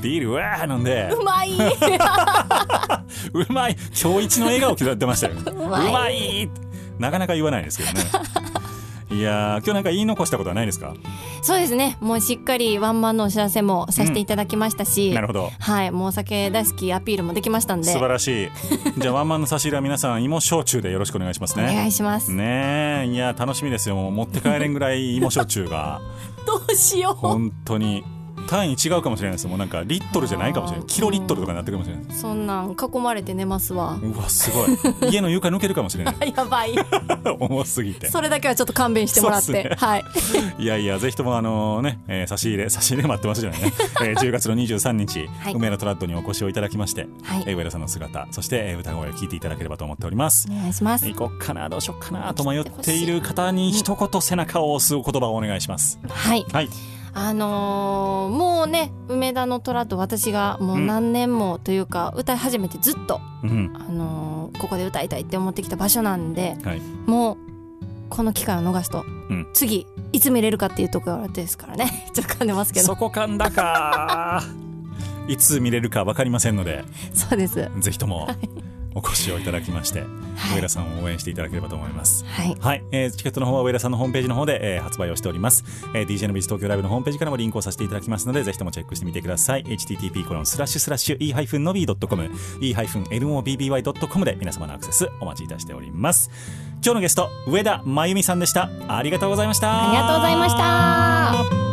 ビールうわー飲んで今うまい [laughs] うまい今日一の笑顔刻んでましたようまいなかなか言わないですけどねいやー今日なんか言い残したことはないですかそうですねもうしっかりワンマンのお知らせもさせていただきましたし、なるほどはいもうお酒大好きアピールもできましたんで素晴らしいじゃあワンマンの差し入れは皆さん芋焼酎でよろしくお願いしますおね願いします、ねえいや楽しみですよもう持って帰れんぐらい芋焼酎 [laughs] がどうしよう本当に単位違うかもしれないですもうなんかリットルじゃないかもしれないキロリットルとかになってくるかもしれないそんなん囲まれて寝ますわうわすご [laughs] い家の床抜けるかもしれない [laughs] やばい重すぎてそれだけはちょっと勘弁してもらって、そうっすね [laughs] はいいやいやぜひともあのね、えー差し入れ差し入れ待ってます [laughs] じゃないね、えー10月の23日、はい梅のトラッドにお越しをいただきまして、はいえー上田さんの姿そして、えー歌声を聞いていただければと思っておりますお願いします行こっかなどうしよっかなと迷っている方に一言背中を押す言葉をお願いしますはいはいあのーもうね梅田の虎と私がもう何年もというか、歌い始めてずっと、うんあのーここで歌いたいって思ってきた場所なんではいもうこの機会を逃すと、ん次いつ見れるかっていうところですからね [laughs] ちょっと噛んでますけどそこかんだ [laughs] かいつ見れるか分かりませんのでそうですぜひともお越しをいただきまして、上田さんを応援していただければと思います。はいはい、えーチケットの方は上田さんのホームページの方で、えー発売をしております。えー DJ のビジ東京ライブのホームページからもリンクをさせていただきますので、ぜひともチェックしてみてください。http コロンスラッシュスラッシュ e-nobby.com e-nobby.com で皆様のアクセスお待ちいたしております。今日のゲスト、上田真由美さんでした。ありがとうございました。ありがとうございました。